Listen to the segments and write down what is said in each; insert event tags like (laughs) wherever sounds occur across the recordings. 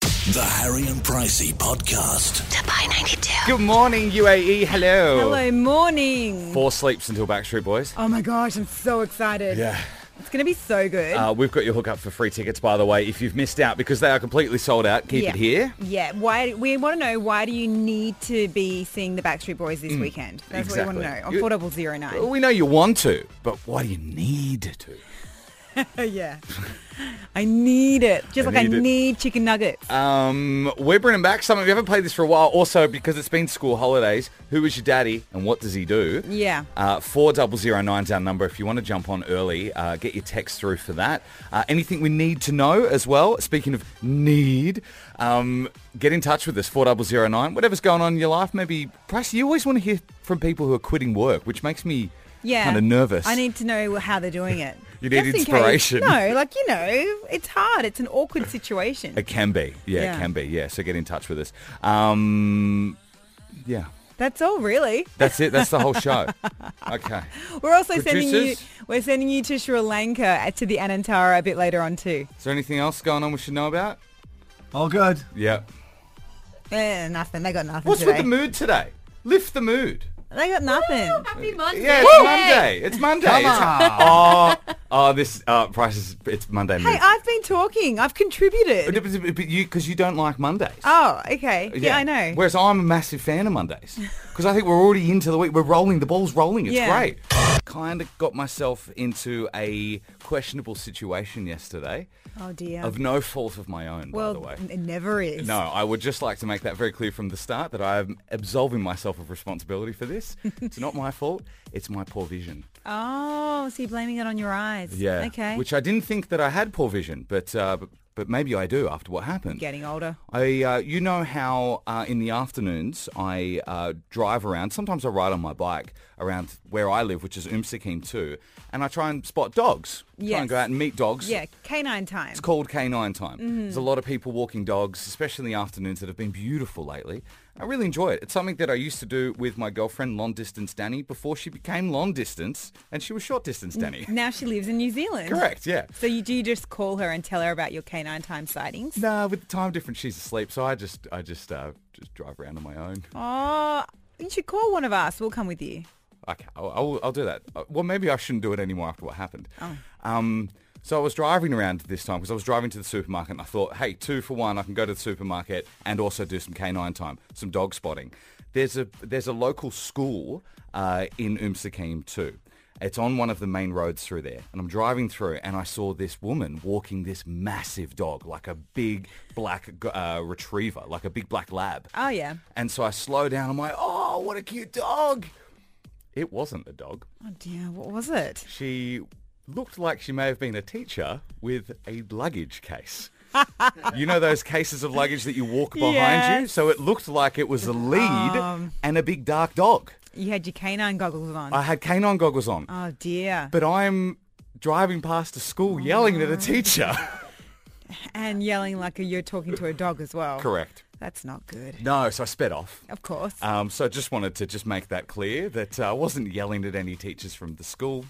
The Harry and Pricey Podcast. Dubai 92. Good morning, UAE. Hello. Hello, morning. Four sleeps until Backstreet Boys. Oh my gosh, I'm so excited. It's going to be so good. Uh, we've got your hookup for free tickets, by the way, if you've missed out, because they are completely sold out. Keep yeah. it here. Yeah. Why? We want to know why do you need to be seeing the Backstreet Boys this weekend? That's what we want Mm, exactly. to know. On You- four double zero Well, nine. We know you want to, but why do you need to? Oh, Yeah. I need it. Just I like need I it. need chicken nuggets. Um, we're bringing back something we haven't played this for a while. Also, because it's been school holidays, who is your daddy and what does he do? Yeah. Uh, 4009's our number. If you want to jump on early, uh, get your text through for that. Uh, anything we need to know as well, speaking of need, um, get in touch with us, 4009. Whatever's going on in your life, maybe, Price, you always want to hear from people who are quitting work, which makes me yeah. kind of nervous. I need to know how they're doing it. (laughs) You need Just in case- inspiration. No, like, you know, it's hard. It's an awkward situation. It can be. Yeah, Yeah. it can be. Yeah, so get in touch with us. Um, yeah. That's all, really. That's it. That's the whole (laughs) show. Okay. We're also sending you. Producers? We're sending you to Sri Lanka uh, to the Anantara a bit later on too. Is there anything else going on we should know about? All good. Yeah. Eh, nothing. They got nothing. What's today. with the mood today? Lift the mood. They got nothing. Happy Monday. Yeah, it's Monday. It's Monday. It's, (laughs) oh, oh, this uh, price is it's Monday mood. Hey, I've been talking. I've contributed. but Uh, but you because you don't like Mondays. Oh, okay. Yeah, I know. Whereas I'm a massive fan of (laughs) Mondays because I think we're already into the week. We're rolling. The ball's rolling. It's Yeah. great. Kind of got myself into a questionable situation yesterday oh dear. of no fault of my own. well, by the way. n- it never is. No, I would just like to make that very clear from the start that I am absolving myself of responsibility for (laughs) this. it's not my fault. It's my poor vision. Oh, so you're blaming it on your eyes? Okay. Which I didn't think that I had poor vision, but uh, but, but maybe I do after what happened. Getting older. I, uh, you know how uh, in the afternoons I uh, drive around. Sometimes I ride on my bike around where I live, which is Umsakim too, and I try and spot dogs. Try and Yes. go out and meet dogs. Yeah, canine time. It's called canine time. There's a lot of people walking dogs, especially in the afternoons that have been beautiful lately. I really enjoy it. It's something that I used to do with my girlfriend, long distance Danny, before she became long distance and she was short distance Danny. Now she lives in New Zealand. Correct, yeah. So you do you just call her and tell her about your canine time sightings? Nah, with the time difference, she's asleep, so I just, I just, uh, just drive around on my own. Oh, you should call one of us. We'll come with you. Okay, I'll, I'll, I'll do that. Uh, Well, maybe I shouldn't do it anymore after what happened. Um, so I was driving around this time because I was driving to the supermarket and I thought, hey, two for one, I can go to the supermarket and also do some canine time, some dog spotting. There's a, there's a local school uh, in Umsakim too. It's on one of the main roads through there. And I'm driving through and I saw this woman walking this massive dog, like a big black uh, retriever, like a big black lab. Oh yeah. And so I slow down. I'm like, oh, what a cute dog. It wasn't a dog. Oh dear. What was it? She looked like she may have been a teacher with a luggage case. you know those cases of luggage that you walk behind you? Yes. So it looked like it was a lead and a big dark dog. You had your canine goggles on. I had canine goggles on. oh dear. But I'm driving past a school yelling at a teacher. and yelling like you're talking to a dog as well. Correct. That's not good. No, so I sped off. Of course. Um, so I just wanted to just make that clear that uh, I wasn't yelling at any teachers from the school.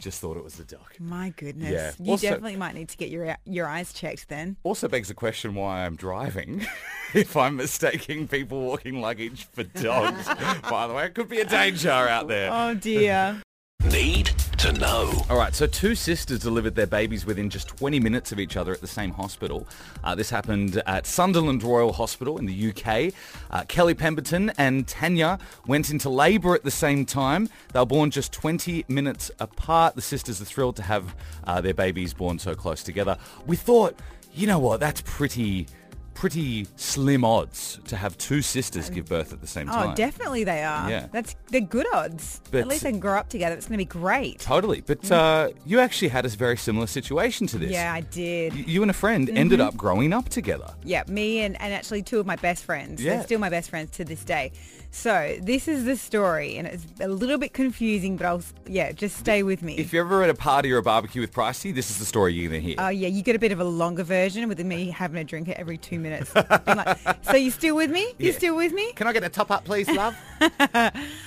Just thought it was a dog. My goodness. Yeah. You Also- definitely might need to get your your eyes (sighs) checked then. Also begs the question why I'm driving (laughs) if I'm mistaking people walking luggage for dogs. By the way, it could be a danger out there. Oh dear. Need to know. All right, so two sisters delivered their babies within just 20 minutes of each other at the same hospital. Uh, this happened at Sunderland Royal Hospital in the UK. Uh, Kelly Pemberton and Tanya went into labour at the same time. They were born just 20 minutes apart. The sisters are thrilled to have uh, their babies born so close together. We thought, you know what, that's pretty, pretty slim odds to have two sisters give birth at the same oh, time. definitely they are. Yeah. That's they're good odds. But- At least they can grow up together. It's going to be great. Totally. But uh, you actually had a very similar situation to this. Mm. Yeah, I did. Y- You and a friend Mm-hmm. ended up growing up together. Yeah, me and, and actually two of my best friends. Yeah. They're still my best friends to this day. So this is the story, and it's a little bit confusing, but I'll s- yeah, just stay with me. If you're ever at a party or a barbecue with Pricey, this is the story you're going to hear. Oh yeah, you get a bit of a longer version with me having a drink every two (laughs) minutes. Being like, so you still with me? You Yeah. still with me? Can I get a top up, (laughs) please, love?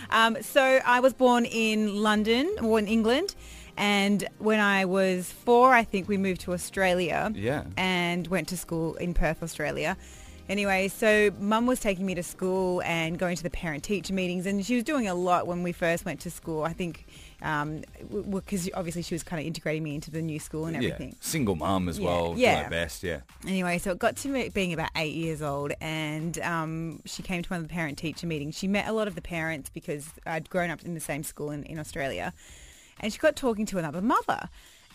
Um, so I was born in London, or in England, and when I was four, I think we moved to Australia. Yeah. And went to school in Perth, Australia. Anyway, so mum was taking me to school and going to the parent-teacher meetings, and she was doing a lot when we first went to school. I think because um, w- w- 'cause obviously she was kind of integrating me into the new school and everything. Yeah. Single mum as Yeah, well. do yeah. her best, yeah. Anyway, so it got to me being about eight years old, and um, she came to one of the parent teacher meetings. She met a lot of the parents because I'd grown up in the same school in, in Australia, and she got talking to another mother,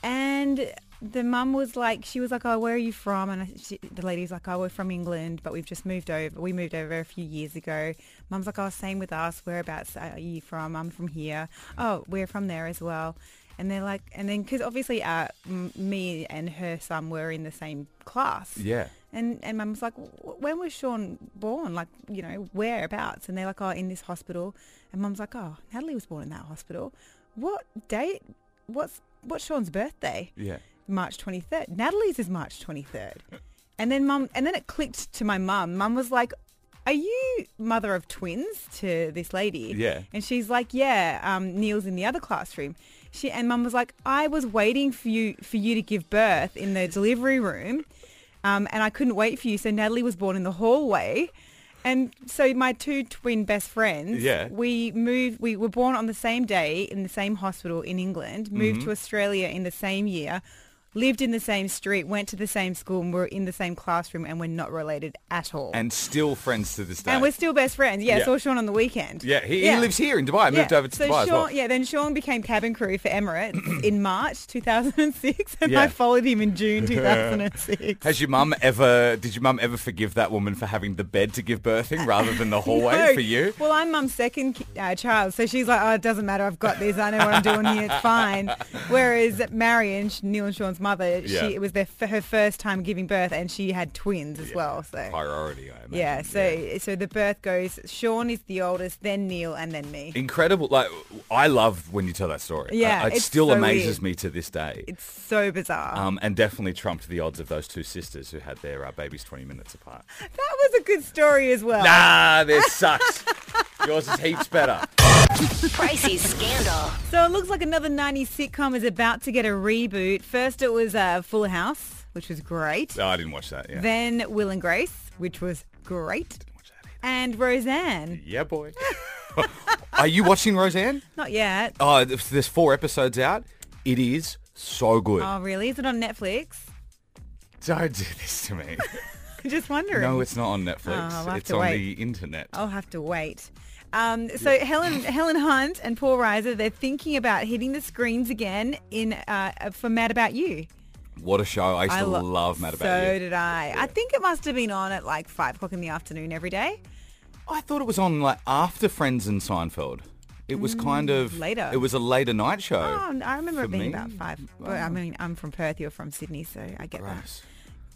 and the mum was like, she was like, "Oh, where are you from?" And I, she, the lady was like, "Oh, we're from England, but we've just moved over. We moved over a few years ago." Mum's like, "Oh, same with us. Whereabouts are you from? I'm from here. Oh, we're from there as well." And they're like, and then because obviously uh, m- me and her son were in the same class. Yeah. And and mum was like, "W- when was Sean born? Like, you know, whereabouts? And they're like, oh, in this hospital. And mum's like, oh, Natalie was born in that hospital. What date? What's what's Sean's birthday? Yeah. March 23rd. Natalie's is March 23rd. And then mum, and then it clicked to my mum. Mum was like, are you mother of twins to this (laughs) lady? Yeah. And she's like, yeah, um, Neil's in the other classroom. She and mum was like, I was waiting for you for you to give birth in the delivery room. Um, and I couldn't wait for you. So Natalie was born in the hallway. And so my two twin best friends, Yeah. we moved, we were born on the same day in the same hospital in England, moved Mm-hmm. to Australia in the same year, lived in the same street, went to the same school and were in the same classroom and we're not related at all. And still friends to this day. And we're still best friends. Yeah, Yeah. saw Sean on the weekend. yeah, he, he lives here in Dubai. Moved Yeah. over to so Dubai Sean, as well. Yeah, then Sean became cabin crew (clears throat) for Emirates in March 2006, and Yeah. I followed him in (laughs) June 2006. Has your mum ever? Did your mum ever forgive that woman for having the bed to give birth in rather than (laughs) the hallway No. for you? Well, I'm mum's second ki- uh, child, so she's like, oh, it doesn't matter. I've got this. I know what I'm doing here. It's (laughs) fine. Whereas Marion, Sh- Neil and Sean's mother, Yeah. she it was their f- her first time giving birth, and she had twins as well. So Priority, I imagine. yeah, so so the birth goes. Sean is the oldest, then Neil, and then me. incredible. Like I love when you tell that story. Yeah, Uh, it it's still so amazes weird. me to this day. It's so bizarre. Um, and definitely trumped the odds of those two sisters who had their uh, babies 20 minutes (laughs) apart. that was a good story as well. Nah, this sucks. Yours is heaps better. Pricey's Scandal. So it looks like another 90s sitcom is about to get a reboot. First, it was uh, Full House, which was great. No, I didn't watch that. Oh, Yeah. Then Will and Grace, which was great. And Roseanne. yeah, (laughs) boy. Are you watching Roseanne? Not yet. Oh, th- there's four episodes out. It is so good. Oh, really? Is it on Netflix? (laughs) Don't do this to me. Just wondering. No, it's not on Netflix. Oh, I'll have it's to on wait. Oh. the internet. I'll have to wait. Um, so Helen Helen Hunt and Paul Reiser, they're thinking about hitting the screens again in uh, for Mad About You. What a show. I used to lo- love Mad About So You. did I. I think it must have been on at like 5 o'clock in the afternoon every day. I thought it was on like after Friends and Seinfeld. It was kind of Mm, later. It was a later night show. Oh, I remember it For being me? about 5. But I mean, I'm from Perth, you're from Sydney, so I get that. Gross.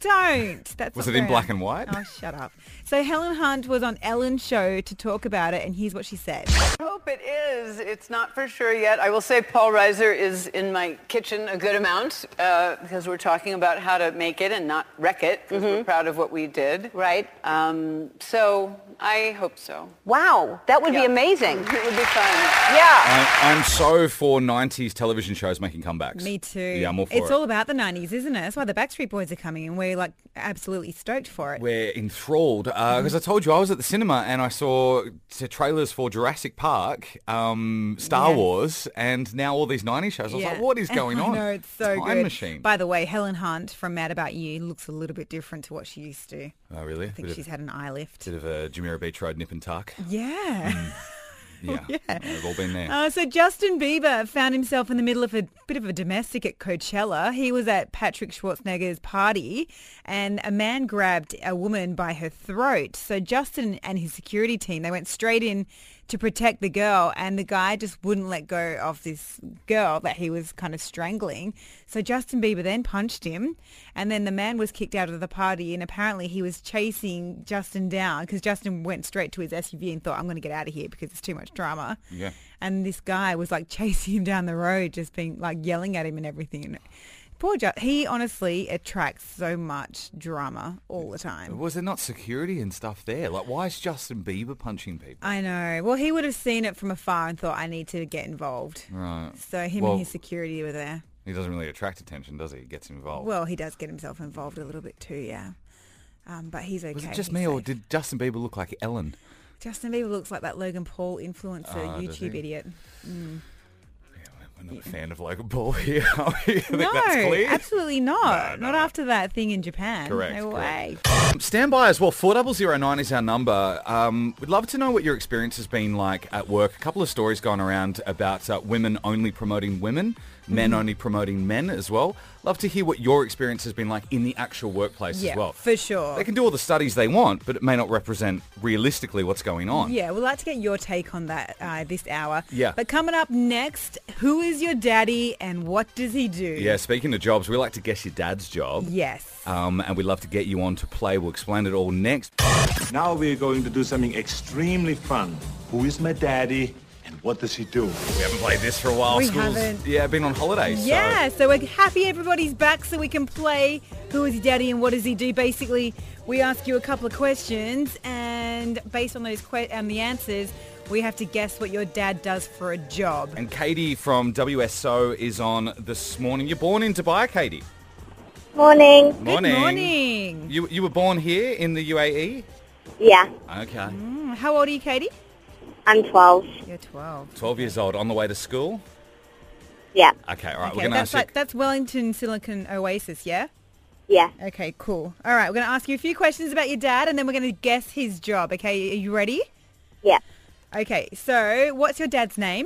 Don't. That's Was not it in fair. black and white? Oh, shut up. So Helen Hunt was on Ellen's show to talk about it, and here's what she said. I hope it is. It's not for sure yet. I will say Paul Reiser is in my kitchen a good amount uh, because we're talking about how to make it and not wreck it. 'cause Mm-hmm. We're proud of what we did. Right. Um, so I hope so. Wow, that would be Yeah. amazing. It would be fun. Yeah. I, I'm so for 90s television shows making comebacks. Me too. Yeah, I'm all for It's it. all about the 90s, isn't it? That's why the Backstreet Boys are coming, and we're like absolutely stoked for it. We're enthralled Mm-hmm. because I told you I was at the cinema and I saw t- trailers for Jurassic Park, um, Star Yes. Wars, and now all these 90s shows. I was like, what is going on? (laughs) I know, it's so Time good. machine. By the way, Helen Hunt from Mad About You looks a little bit different to what she used to. oh, really? I think bit she's Oh, of, had an eye lift. bit of a Jumeirah Beach Road nip and (laughs) tuck. Yeah. Yeah. We've all been there. Uh, so Justin Bieber found himself in the middle of a bit of a domestic at Coachella. He was at Patrick Schwarzenegger's party, and a man grabbed a woman by her throat. So Justin and his security team they went straight in to protect the girl, and the guy just wouldn't let go of this girl that he was kind of strangling. So Justin Bieber then punched him, and then the man was kicked out of the party. And apparently he was chasing Justin down because Justin went straight to his SUV and thought, "I'm going to get out of here because it's too much drama." Yeah. And this guy was like (laughs) chasing him down the road, just being like yelling at him and everything. Poor Justin. He honestly attracts so much drama all the time. Was there not security and stuff there? Like, why is Justin Bieber punching people? I know. Well, he would have seen it from afar and thought, I need to get involved. Right. So him Well- and his security were there. He doesn't really attract attention, does he? He gets involved. Well, he does get himself involved a little bit too, yeah. Um, but he's okay. Was it just he's me, or safe. did Justin Bieber look like Ellen? Justin Bieber looks like that Logan Paul influencer Ah, does YouTube he? idiot? I'm not a fan of Logan Paul here. (laughs) I think No, that's clear. absolutely not. No, no, not no. after that thing in Japan. Correct, No way. correct. Um, Stand by as well. 4009 is our number. Um, we'd love to know what your experience has been like at work. A couple of stories going around about uh, women only promoting women, men Mm-hmm. only promoting men as well. Love to hear what your experience has been like in the actual workplace Yeah, as well. for sure. They can do all the studies they want, but it may not represent realistically what's going on. Yeah, we'd like to get your take on that uh, this hour. Yeah. But coming up next, who is your daddy and what does he do? Yeah, speaking of jobs, we like to guess your dad's job. Yes. Um, and we'd love to get you on to play. We'll explain it all next. Now we're going to do something extremely fun. Who is my daddy and what does he do? We haven't played this for a while. We School's, haven't. Yeah, been on holidays. so- Yeah, so we're happy everybody's back so we can play Who is Your Daddy and What Does He Do? Basically, we ask you a couple of questions and based on those que- and the answers, we have to guess what your dad does for a job. And Katie from WSO is on this morning. You're born in Dubai, Katie. Morning. Morning. Good morning. You you were born here in the UAE. Yeah, Okay. Mm, How old are you, Katie? I'm 12. You're 12. Twelve years old, on the way to school. Yeah, Okay. All right. we're Okay, gonna that's, ask you. like, that's Wellington Silicon Oasis, yeah? yeah, Okay, cool. All right, we're going to ask you a few questions about your dad and then we're going to guess his job, okay? Are you ready? yeah. Okay, so what's your dad's name?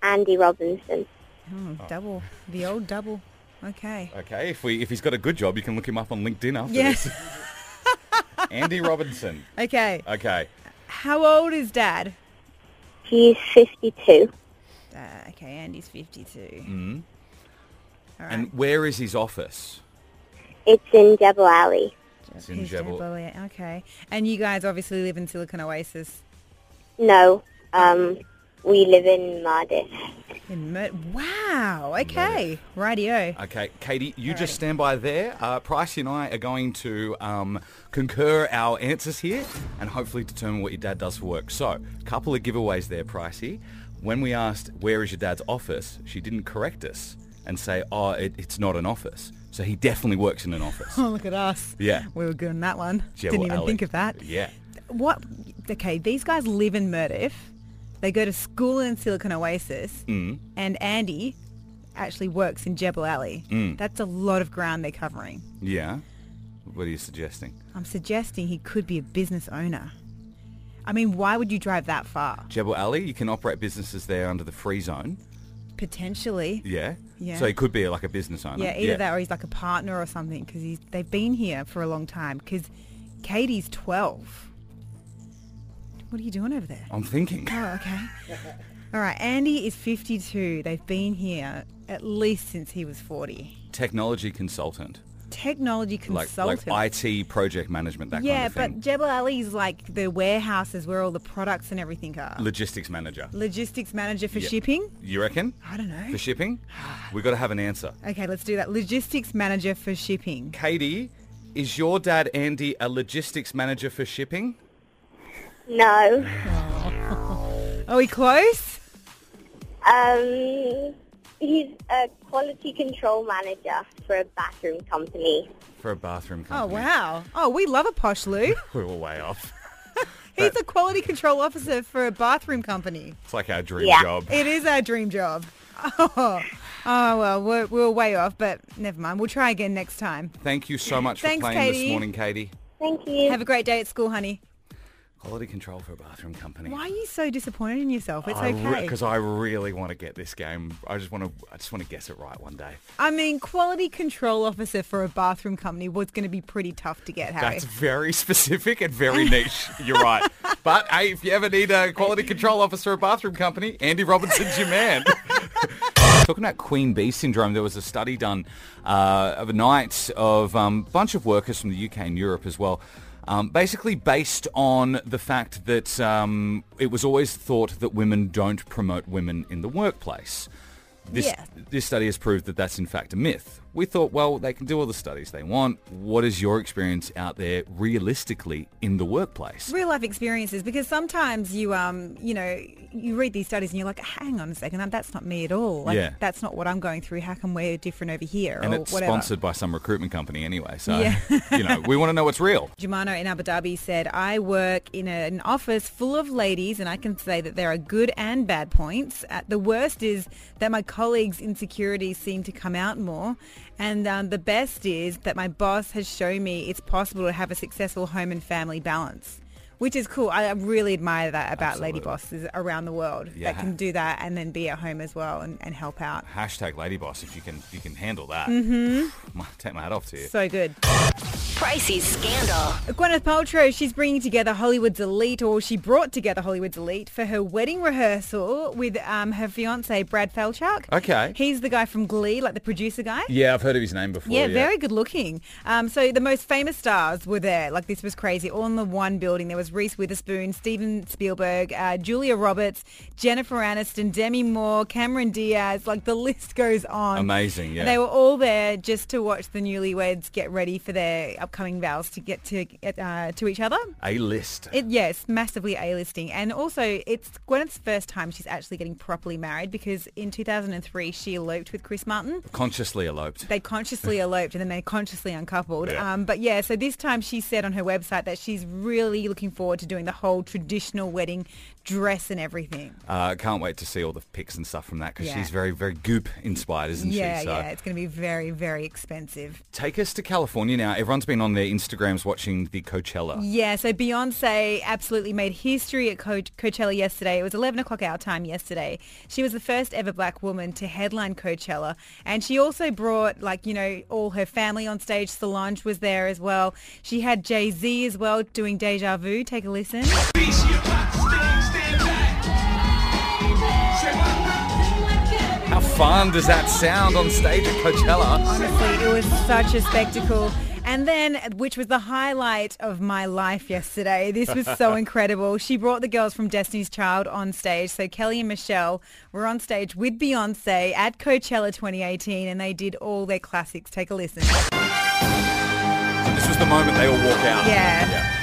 Andy Robinson. Oh. Mm, Double. The old double. Okay. Okay. If we if he's got a good job, you can look him up on LinkedIn after (laughs) Yeah. this. Andy Robinson. (laughs) Okay. (laughs) Okay. How old is dad? He's 52. Uh, okay, Andy's 52. All right. Mm-hmm. And where is his office? It's in Jebel Alley. It's in He's Jebel. Jebel, yeah, Okay. And you guys obviously live in Silicon Oasis. No, um, we live in Mardis. In Mer- wow. Okay. Radio. Okay, Katie, you just stand by there. Uh, Pricey and I are going to um, concur our answers here and hopefully determine what your dad does for work. So, couple of giveaways there, Pricey. When we asked, where is your dad's office, she didn't correct us and say, oh, it, it's not an office. So he definitely works in an (laughs) office. (laughs) Oh, look at us. Yeah. We were good on that one. Jebel Didn't even Alley. think of that. Yeah. What? Okay, these guys live in Murdiff. They go to school in Silicon Oasis. Mm. And Andy actually works in Jebel Alley. That's a lot of ground they're covering. Yeah. What are you suggesting? I'm suggesting he could be a business owner. I mean, why would you drive that far? Jebel Ali, you can operate businesses there under the free zone. Potentially. Yeah. Yeah. So he could be like a business owner. Yeah, either that or he's like a partner or something because they've been here for a long time because Katie's 12. What are you doing over there? I'm thinking. Oh, okay. All right, Andy is 52. They've been here at least since he was 40. Technology consultant. Technology like, consultant. like IT project management, that kind yeah, of thing. but Jebel Ali is like the warehouses where all the products and everything are. Logistics manager. Logistics manager for Yeah. shipping? You reckon? I don't know. For shipping? we got to have an answer. Okay, let's do that. Logistics manager for shipping. Katie, is your dad, Andy, a logistics manager for shipping? No, Are we close? um, he's a quality control manager for a bathroom company. For a bathroom Oh, company. wow. Oh, we love a posh Lou. (laughs) We (laughs) were way off. He's a quality control officer for a bathroom company. It's like our dream Yeah. job. It is our dream job. (laughs) Oh, oh well, we're, we're way off, but never mind. We'll try again next time. Thank you so much for Thanks, playing this Katie. morning, Katie. Thank you. Have a great day at school, honey. Quality control for a bathroom company. Why are you so disappointed in yourself? It's okay. Because I really want to get this game. I just want to. I just want to guess it right one day. I mean, quality control officer for a bathroom company was going to be pretty tough to get, Harry. That's very (laughs) specific and very niche. You're right. But hey, if you ever need a quality control officer at a bathroom company, Andy Robinson's your (laughs) man. Talking about queen bee syndrome, there was a study done uh, of nights of a um, bunch of workers from the UK and Europe as well. Um, basically based on the fact that um, it was always thought that women don't promote women in the workplace. This, Yeah. this study has proved that that's in fact a myth. We thought, well, they can do all the studies they want. What is your experience out there realistically in the workplace? real life experiences because sometimes you um you know you read these studies and you're like hang on a second that- that's not me at all like Yeah. that's not what i'm going through how come we're different over here and or it's whatever sponsored by some recruitment company anyway. So, Yeah. (laughs) you know, we want to know what's (laughs) real. Jumano in Abu Dhabi said, I work in a- an office full of ladies and I can say that there are good and bad points. Uh, the worst is that my colleagues' insecurities seem to come out more. And um, the best is that my boss has shown me it's possible to have a successful home and family balance. Which is cool. I really admire that about lady Absolutely. bosses around the world Yeah. that can do that and then be at home as well and, and help out. Hashtag lady boss if you can if you can handle that. (laughs) My- Take my hat off to you. Mm-hmm. So good. Pricey Scandal. Gwyneth Paltrow, she's bringing together Hollywood's elite, or she brought together Hollywood's elite for her wedding rehearsal with um, her fiance Brad Falchuk. Okay. he's the guy from Glee, like the producer guy. yeah, I've heard of his name before. Yeah, very good looking. Um, so the most famous stars were there. Like this was crazy. All in the one building. There was Reese Witherspoon, Steven Spielberg, uh, Julia Roberts, Jennifer Aniston, Demi Moore, Cameron Diaz. Like the list goes on. Amazing, yeah. And they were all there just to watch the newlyweds get ready for their upcoming vows to get to get, uh, to each other. A list. It, yes, massively A-listing. And also, it's Gwyneth's first time she's actually getting properly married because in 2003 she eloped with Chris Martin Consciously eloped. (laughs) they consciously eloped and then they consciously uncoupled. Yeah. Um, but yeah, so this time she said on her website that she's really looking forward to doing the whole traditional wedding dress and everything. Uh, can't wait to see all the pics and stuff from that because Yeah. she's very, very goop inspired, isn't yeah, she? So yeah, it's going to be very, very expensive. take us to California now. Everyone's been on their Instagrams watching the Coachella. Yeah, so Beyonce absolutely made history at Co- Coachella yesterday. It was 11 o'clock our time yesterday. She was the first ever black woman to headline Coachella. And she also brought, like, you know, all her family on stage. Solange was there as well. She had Jay-Z as well doing Deja Vu. Take a listen. How fun does that sound on stage at Coachella? Honestly, it was such a spectacle. And then, which was the highlight of my life yesterday, this was so incredible. She brought the girls from Destiny's Child on stage. So Kelly and Michelle were on stage with Beyonce at Coachella 2018 and they did all their classics. Take a listen. This was the moment they all walk out. Yeah.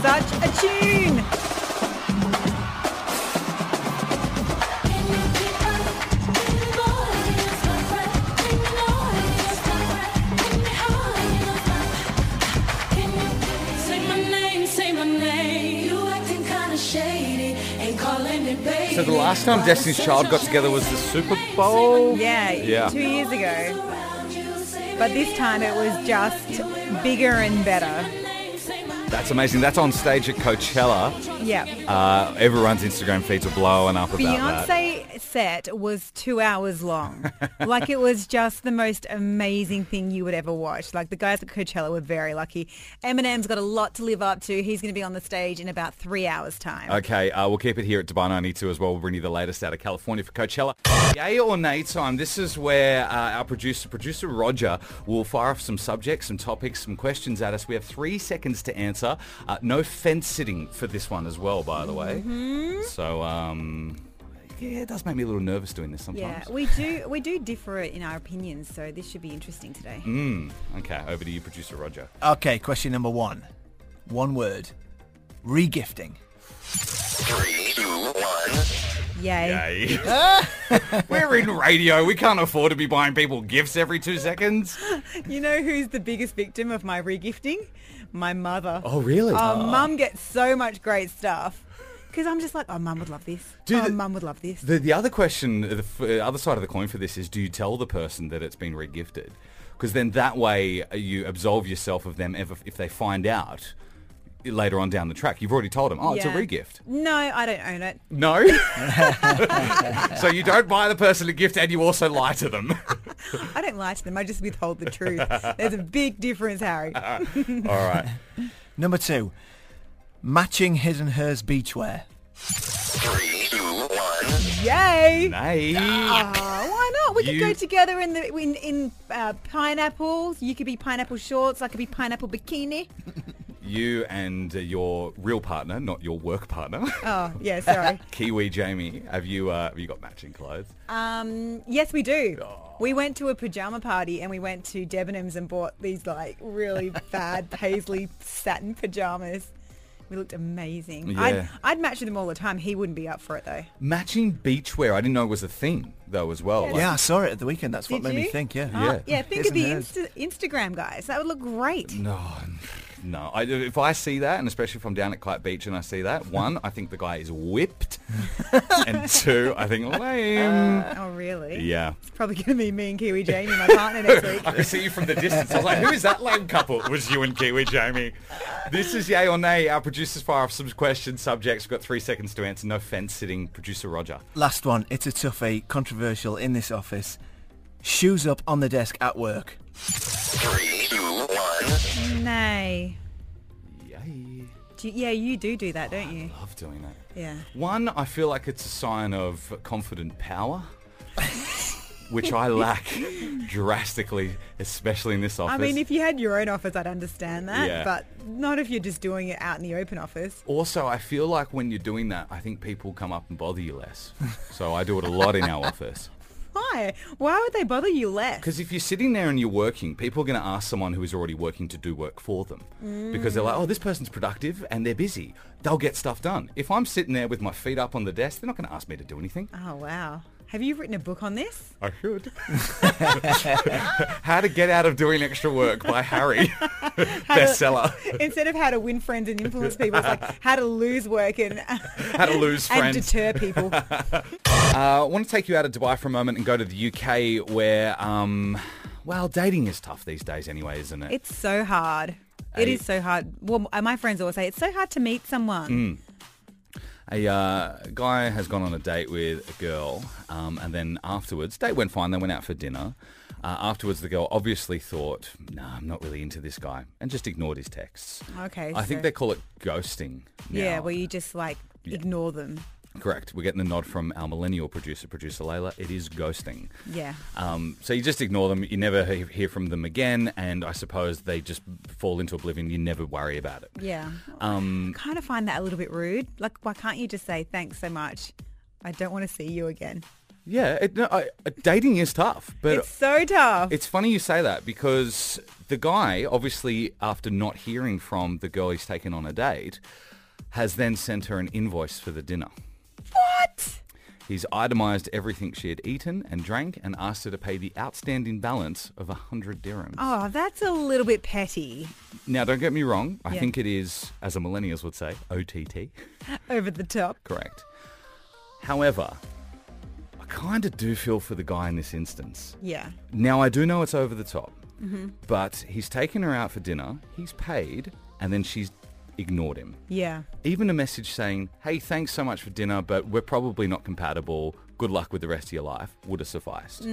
Such a tune. So the last time Destiny's Child got together was the Super Bowl. Yeah, Yeah. two years ago. But this time it was just bigger and better. That's amazing. That's on stage at Coachella. Yeah. Uh, everyone's Instagram feeds are blowing up about that. Beyonce set was two hours long. like it was just the most amazing thing you would ever watch. Like the guys at Coachella were very lucky. Eminem's got a lot to live up to. He's going to be on the stage in about three hours time. Okay, uh, we'll keep it here at Dubai 92 as well. We'll bring you the latest out of California for Coachella. Yay or nay time. This is where uh, our producer, producer Roger, will fire off some subjects, some topics, some questions at us. We have three seconds to answer. Uh, no fence sitting for this one as well, by the way. So, um, yeah, it does make me a little nervous doing this Yeah, sometimes. we do we do differ in our opinions, so this should be interesting today. Mm, Okay, over to you, producer Roger. Uh, Okay, question number one. One word. Regifting. Three, two, one. Yay. Yay. (laughs) We're in radio. We can't afford to be buying people gifts every two seconds. (laughs) You know who's the biggest victim of my regifting? My mother. Oh, really? Oh, mum gets so much great stuff. Because I'm just like, oh, mum would love this. Do oh, the- mum would love this. The, the other question, the f- uh, other side of the coin for this is do you tell the person that it's been regifted? Because then that way uh, you absolve yourself of them ever if they find out later on down the track. You've already told them, oh, it's a Yeah. regift. No, I don't own it. No. (laughs) so you don't buy the person a gift and you also lie to them. I don't lie to them. I just withhold (laughs) the truth. There's a big difference, (laughs) Harry. All right. Number two. Matching his and hers beachwear. Three, two, one. Yay! Nay. Ah, why not? We could You- go together in the in in uh, pineapples. You could be pineapple shorts. I could be pineapple bikini. You and uh, your real partner, not your work partner, Oh (laughs) yeah, sorry. (laughs) Kiwi Jamie, have you uh, have you got matching clothes? um, yes, we do. We went to a pajama party and we went to Debenhams and bought these like really (laughs) bad paisley satin pajamas. We looked amazing. Yeah. I'd, I'd match with him all the time. He wouldn't be up for it though. Matching beachwear, I didn't know was a thing though as well. Yeah, I saw it at the weekend. That's what Did made me you? think. Yeah. Ah, yeah, think of the Here's an Insta- Instagram guys. That would look great. (laughs) No, no. I, if I see that, and especially if I'm down at Clyde Beach and I see that, one, I think the guy is whipped, (laughs) and two, I think lame. Oh, really? Yeah. It's probably going to be me and Kiwi Jamie, my partner, (laughs) next week. I could see you from the distance. I was like, who is that lame couple? It was you and Kiwi Jamie. This is Yay or Nay. Our producers fire off some questions, subjects. We've got three seconds to answer. No fence sitting. Producer Roger. Last one. It's a toughie, controversial in this office. Shoes up on the desk at work. Three, two, one. Nay. Yay. Do you- yeah, you do do that, don't you? Love doing that. Yeah. One, I feel like it's a sign of confident power. (laughs) Which I lack drastically, especially in this office. I mean, if you had your own office, I'd understand that, Yeah. but not if you're just doing it out in the open office. Also, I feel like when you're doing that, I think people come up and bother you less. So I do it a lot in (laughs) our office. Why? Why would they bother you less? Because if you're sitting there and you're working, people are going to ask someone who is already working to do work for them. Because they're like, oh, this person's productive and they're busy. They'll get stuff done. If I'm sitting there with my feet up on the desk, they're not going to ask me to do anything. Oh, wow. Have you written a book on this? I should. (laughs) How to Get Out of Doing Extra Work by (laughs) Harry. Bestseller. (laughs) Instead of how to win friends and influence people, it's like how to lose work and, (laughs) How to lose and friends. deter (laughs) people. Uh, I want to take you out of Dubai for a moment and go to the UK where, um, well, dating is tough these days anyway, isn't it? It's so hard. It Hey. is so hard. Well, m- my friends always say it's so hard to meet someone. Mm. a uh, guy has gone on a date with a girl, um, and then afterwards, date went fine. They went out for dinner. Uh, afterwards, the girl obviously thought, "No, I'm not really into this guy," and just ignored his texts. Okay, I think so- they call it ghosting. Now. Yeah, where you just like ignore them. correct. We're getting the nod from our millennial producer, producer Layla. It is ghosting. Yeah. Um, so you just ignore them. You never he- hear from them again, and I suppose they just fall into oblivion. You never worry about it. Yeah. Um, I kind of find that a little bit rude. Like, why can't you just say thanks so much? I don't want to see you again. Yeah, it, no, I, uh, dating is tough, but It's so tough. It's funny you say that because the guy, obviously, after not hearing from the girl he's taken on a date, has then sent her an invoice for the dinner. what? He's itemised everything she had eaten and drank and asked her to pay the outstanding balance of 100 dirhams. Oh, that's a little bit petty. Now, don't get me wrong. I Yeah. think it is, as the millennials would say, OTT. Over the top. Correct. However, I kind of do feel for the guy in this instance. Yeah. Now I do know it's over the top, Mm-hmm. but he's taken her out for dinner. He's paid, and then she's ignored him. Yeah. Even a message saying, "Hey, thanks so much for dinner, but we're probably not compatible. Good luck with the rest of your life," would have sufficed.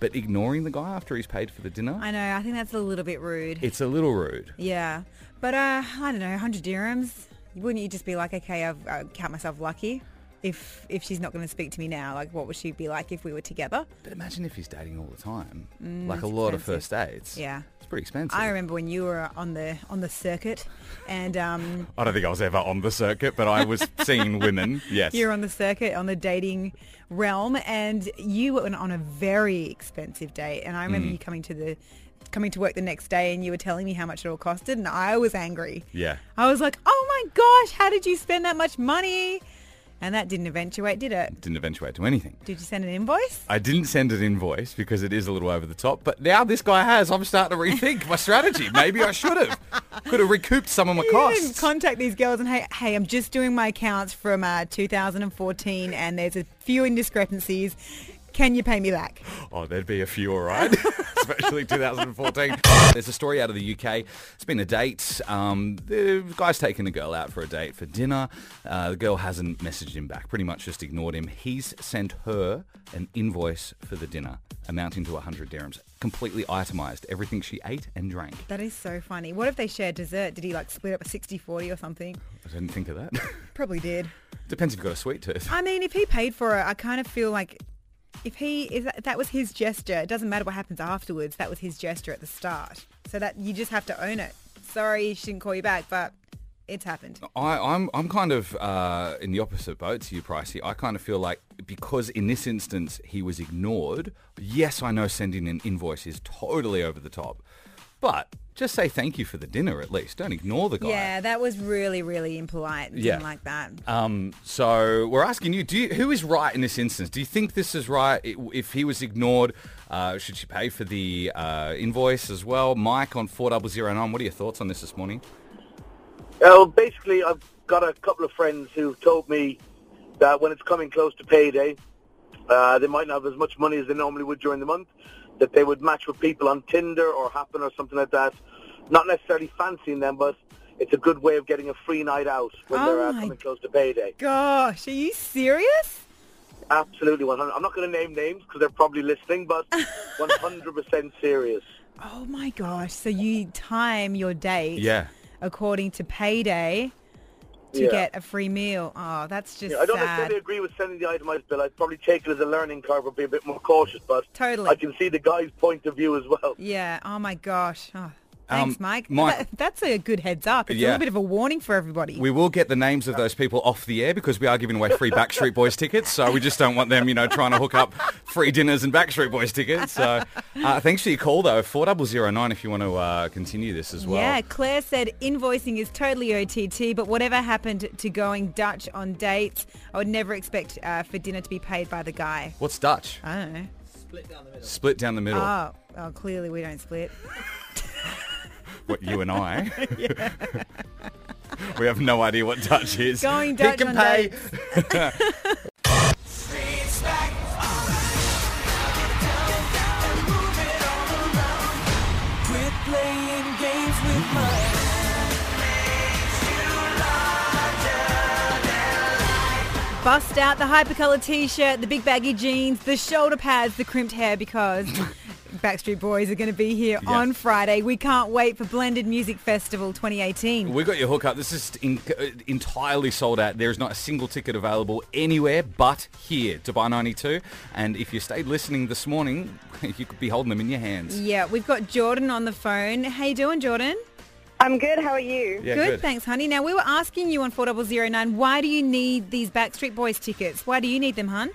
But ignoring the guy after he's paid for the dinner, Mm. I know. I think that's a little bit rude. it's a little rude. yeah. But uh, I don't know, 100 dirhams. Wouldn't you just be like, okay, I've, I count myself lucky? If if she's not going to speak to me now, like what would she be like if we were together? But imagine if he's dating all the time, like a lot of first Mm, expensive. dates. Yeah. it's pretty expensive. I remember when you were on the on the circuit, and um, I don't think I was ever on the circuit, but I (laughs) was seeing women. Yes, You're on the circuit, on the dating realm, and you went on a very expensive date. And I Mm. remember you coming to the coming to work the next day and you were telling me how much it all costed and I was angry. Yeah. I was like, Oh my gosh, how did you spend that much money? And that didn't eventuate, did it? didn't eventuate to anything. Did you send an invoice? I didn't send an invoice because it is a little over the top, but now this guy has. I'm starting to rethink my strategy. Maybe I should have. Could have recouped some of my You didn't costs. contact these girls and hey, hey, I'm just doing my accounts from uh, 2014 and there's a few indiscrepancies. Can you pay me back? oh, there'd be a few, all right. (laughs) Especially 2014. There's a story out of the UK. It's been a date. Um, the guy's taking a girl out for a date for dinner. Uh, the girl hasn't messaged him back, pretty much just ignored him. He's sent her an invoice for the dinner amounting to 100 dirhams, completely itemised, everything she ate and drank. That is so funny. What if they shared dessert? Did he like split up a 60-40 or something? I didn't think of that. (laughs) Probably did. Depends if you've got a sweet tooth. I mean, if he paid for it, I kind of feel like if he is that, that was his gesture. It doesn't matter what happens afterwards. That was his gesture at the start. So that you just have to own it. Sorry, she didn't call you back, but it's happened. Oh, I, I'm I'm kind of uh, in the opposite boat to you, Pricey. I kind of feel like because in this instance he was ignored. Yes, I know sending an invoice is totally over the top, but just say thank you for the dinner at least. Don't ignore the guy. Yeah, that was really, really impolite. and Didn't Yeah. like that. Uh, Um, so we're asking you, do you, who is right in this instance? Do you think this is right? I- If he was ignored, uh, should she pay for the uh, invoice as well? Mike on 4009, what are your thoughts on this this morning? Well, basically, I've got a couple of friends who've told me that when it's coming close to payday, uh, they might not have as much money as they normally would during the month, that they would match with people on Tinder or Happen or something like that. Not necessarily fancying them, but it's a good way of getting a free night out when Oh they're uh, my- coming close to payday. Gosh, are you serious? Absolutely 100. I'm not going to name names because they're probably listening, but 100% serious. Oh my gosh. So you time your date Yeah. according to payday to Yeah. get a free meal. Oh, that's just Yeah, I don't sad. necessarily agree with sending the itemized bill. I'd probably take it as a learning curve or be a bit more cautious, but Totally. I can see the guy's point of view as well. Yeah. Oh my gosh. Oh, Um, thanks, Mike. Mike- That- that's a good heads up. It's a Yeah. little bit of a warning for everybody. We will get the names of those people off the air because we are giving away free Backstreet Boys tickets. So we just don't want them, you know, trying to hook up free dinners and Backstreet Boys tickets. So uh, thanks for your call, though. 4009 if you want to uh, continue this as well. Yeah, Claire said invoicing is totally OTT, but whatever happened to going Dutch on dates, I would never expect uh, for dinner to be paid by the guy. What's Dutch? I don't know. Split down the middle. Uh, Oh, oh clearly we don't split. what you and (laughs) I. (laughs) we have no idea what Dutch is. Going He Dutch can on pay. dates. Bust out the hypercolor t-shirt, the big baggy jeans, the shoulder pads, the crimped (laughs) hair because Backstreet Boys are going to be here Yeah. on Friday. We can't wait for Blended Music Festival 2018. We got your hook up. This is in, uh, entirely sold out. There is not a single ticket available anywhere but here, to buy 92. And if you stayed listening this morning, (laughs) you could be holding them in your hands. yeah, we've got Jordan on the phone. How you doing, Jordan? I'm good. How are you? Yeah, good, thanks, honey. Now, we were asking you on 4009, why do you need these Backstreet Boys tickets? Why do you need them, (laughs) hun?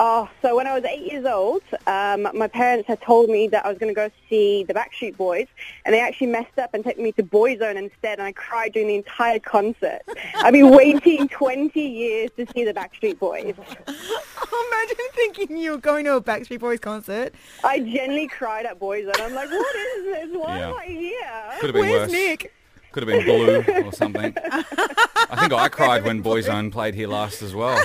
Oh, so when I was eight years old, um, my parents had told me that I was going to go see the Backstreet Boys, and they actually messed up and took me to Boyzone instead, and I cried during the entire concert. I've been waiting 20 years to see the Backstreet Boys. Oh, Imagine thinking you were going to a Backstreet Boys concert. I genuinely cried at Boyzone. I'm like, what is this? Why Yeah. am I here? Could have been Where's worse. Nick? Could have been blue or something. I think I cried when Boyzone played here last as (laughs) well.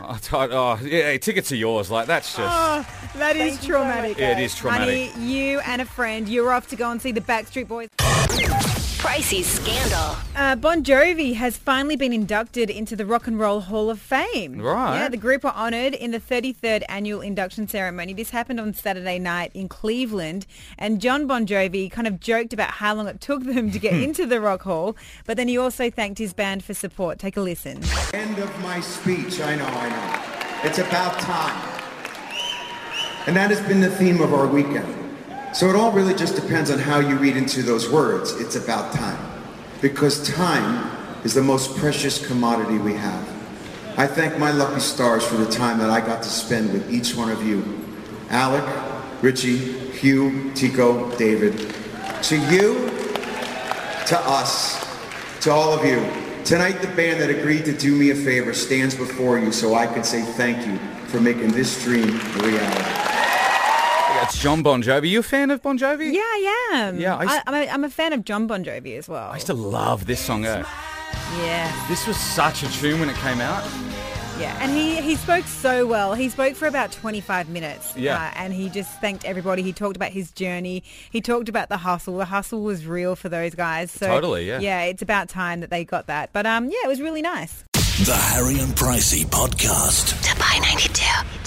I thought, oh, yeah, tickets are yours. Like, that's just... Ah. That is Thank you so traumatic. much, Yeah, it is traumatic. Honey, you and a friend, you're off to go and see the Backstreet Boys. Pricey Scandal. Uh, bon Jovi has finally been inducted into the Rock and Roll Hall of Fame. Right. Yeah, the group were honoured in the 33rd annual induction ceremony. This happened on Saturday night in Cleveland. And John Bon Jovi kind of joked about how long it took (laughs) them to get into the Rock Hall. But then he also thanked his band for support. Take a listen. End of my speech. I know, I know. It's about time. And that has been the theme of our weekend. So it all really just depends on how you read into those words. It's about time. Because time is the most precious commodity we have. I thank my lucky stars for the time that I got to spend with each one of you. Alec, Richie, Hugh, Tico, David. To you, to us, to all of you. Tonight, the band that agreed to do me a favor stands before you so I can say thank you for making this dream a reality. That's John Bon Jovi. You a fan of Bon Jovi? Yeah, I am. Yeah, I used- I, I'm, a, I'm a fan of John Bon Jovi as well. I used to love this song. eh? yeah. This was such a tune when it came out. Yeah, and he, he spoke so well. He spoke for about 25 minutes. uh, Yeah. and he just thanked everybody. He talked about his journey. He talked about the hustle. The hustle was real for those guys. So Totally, yeah. Yeah, it's about time that they got that. But um, yeah, it was really nice. The Harry and Pricey Podcast. To buy 92.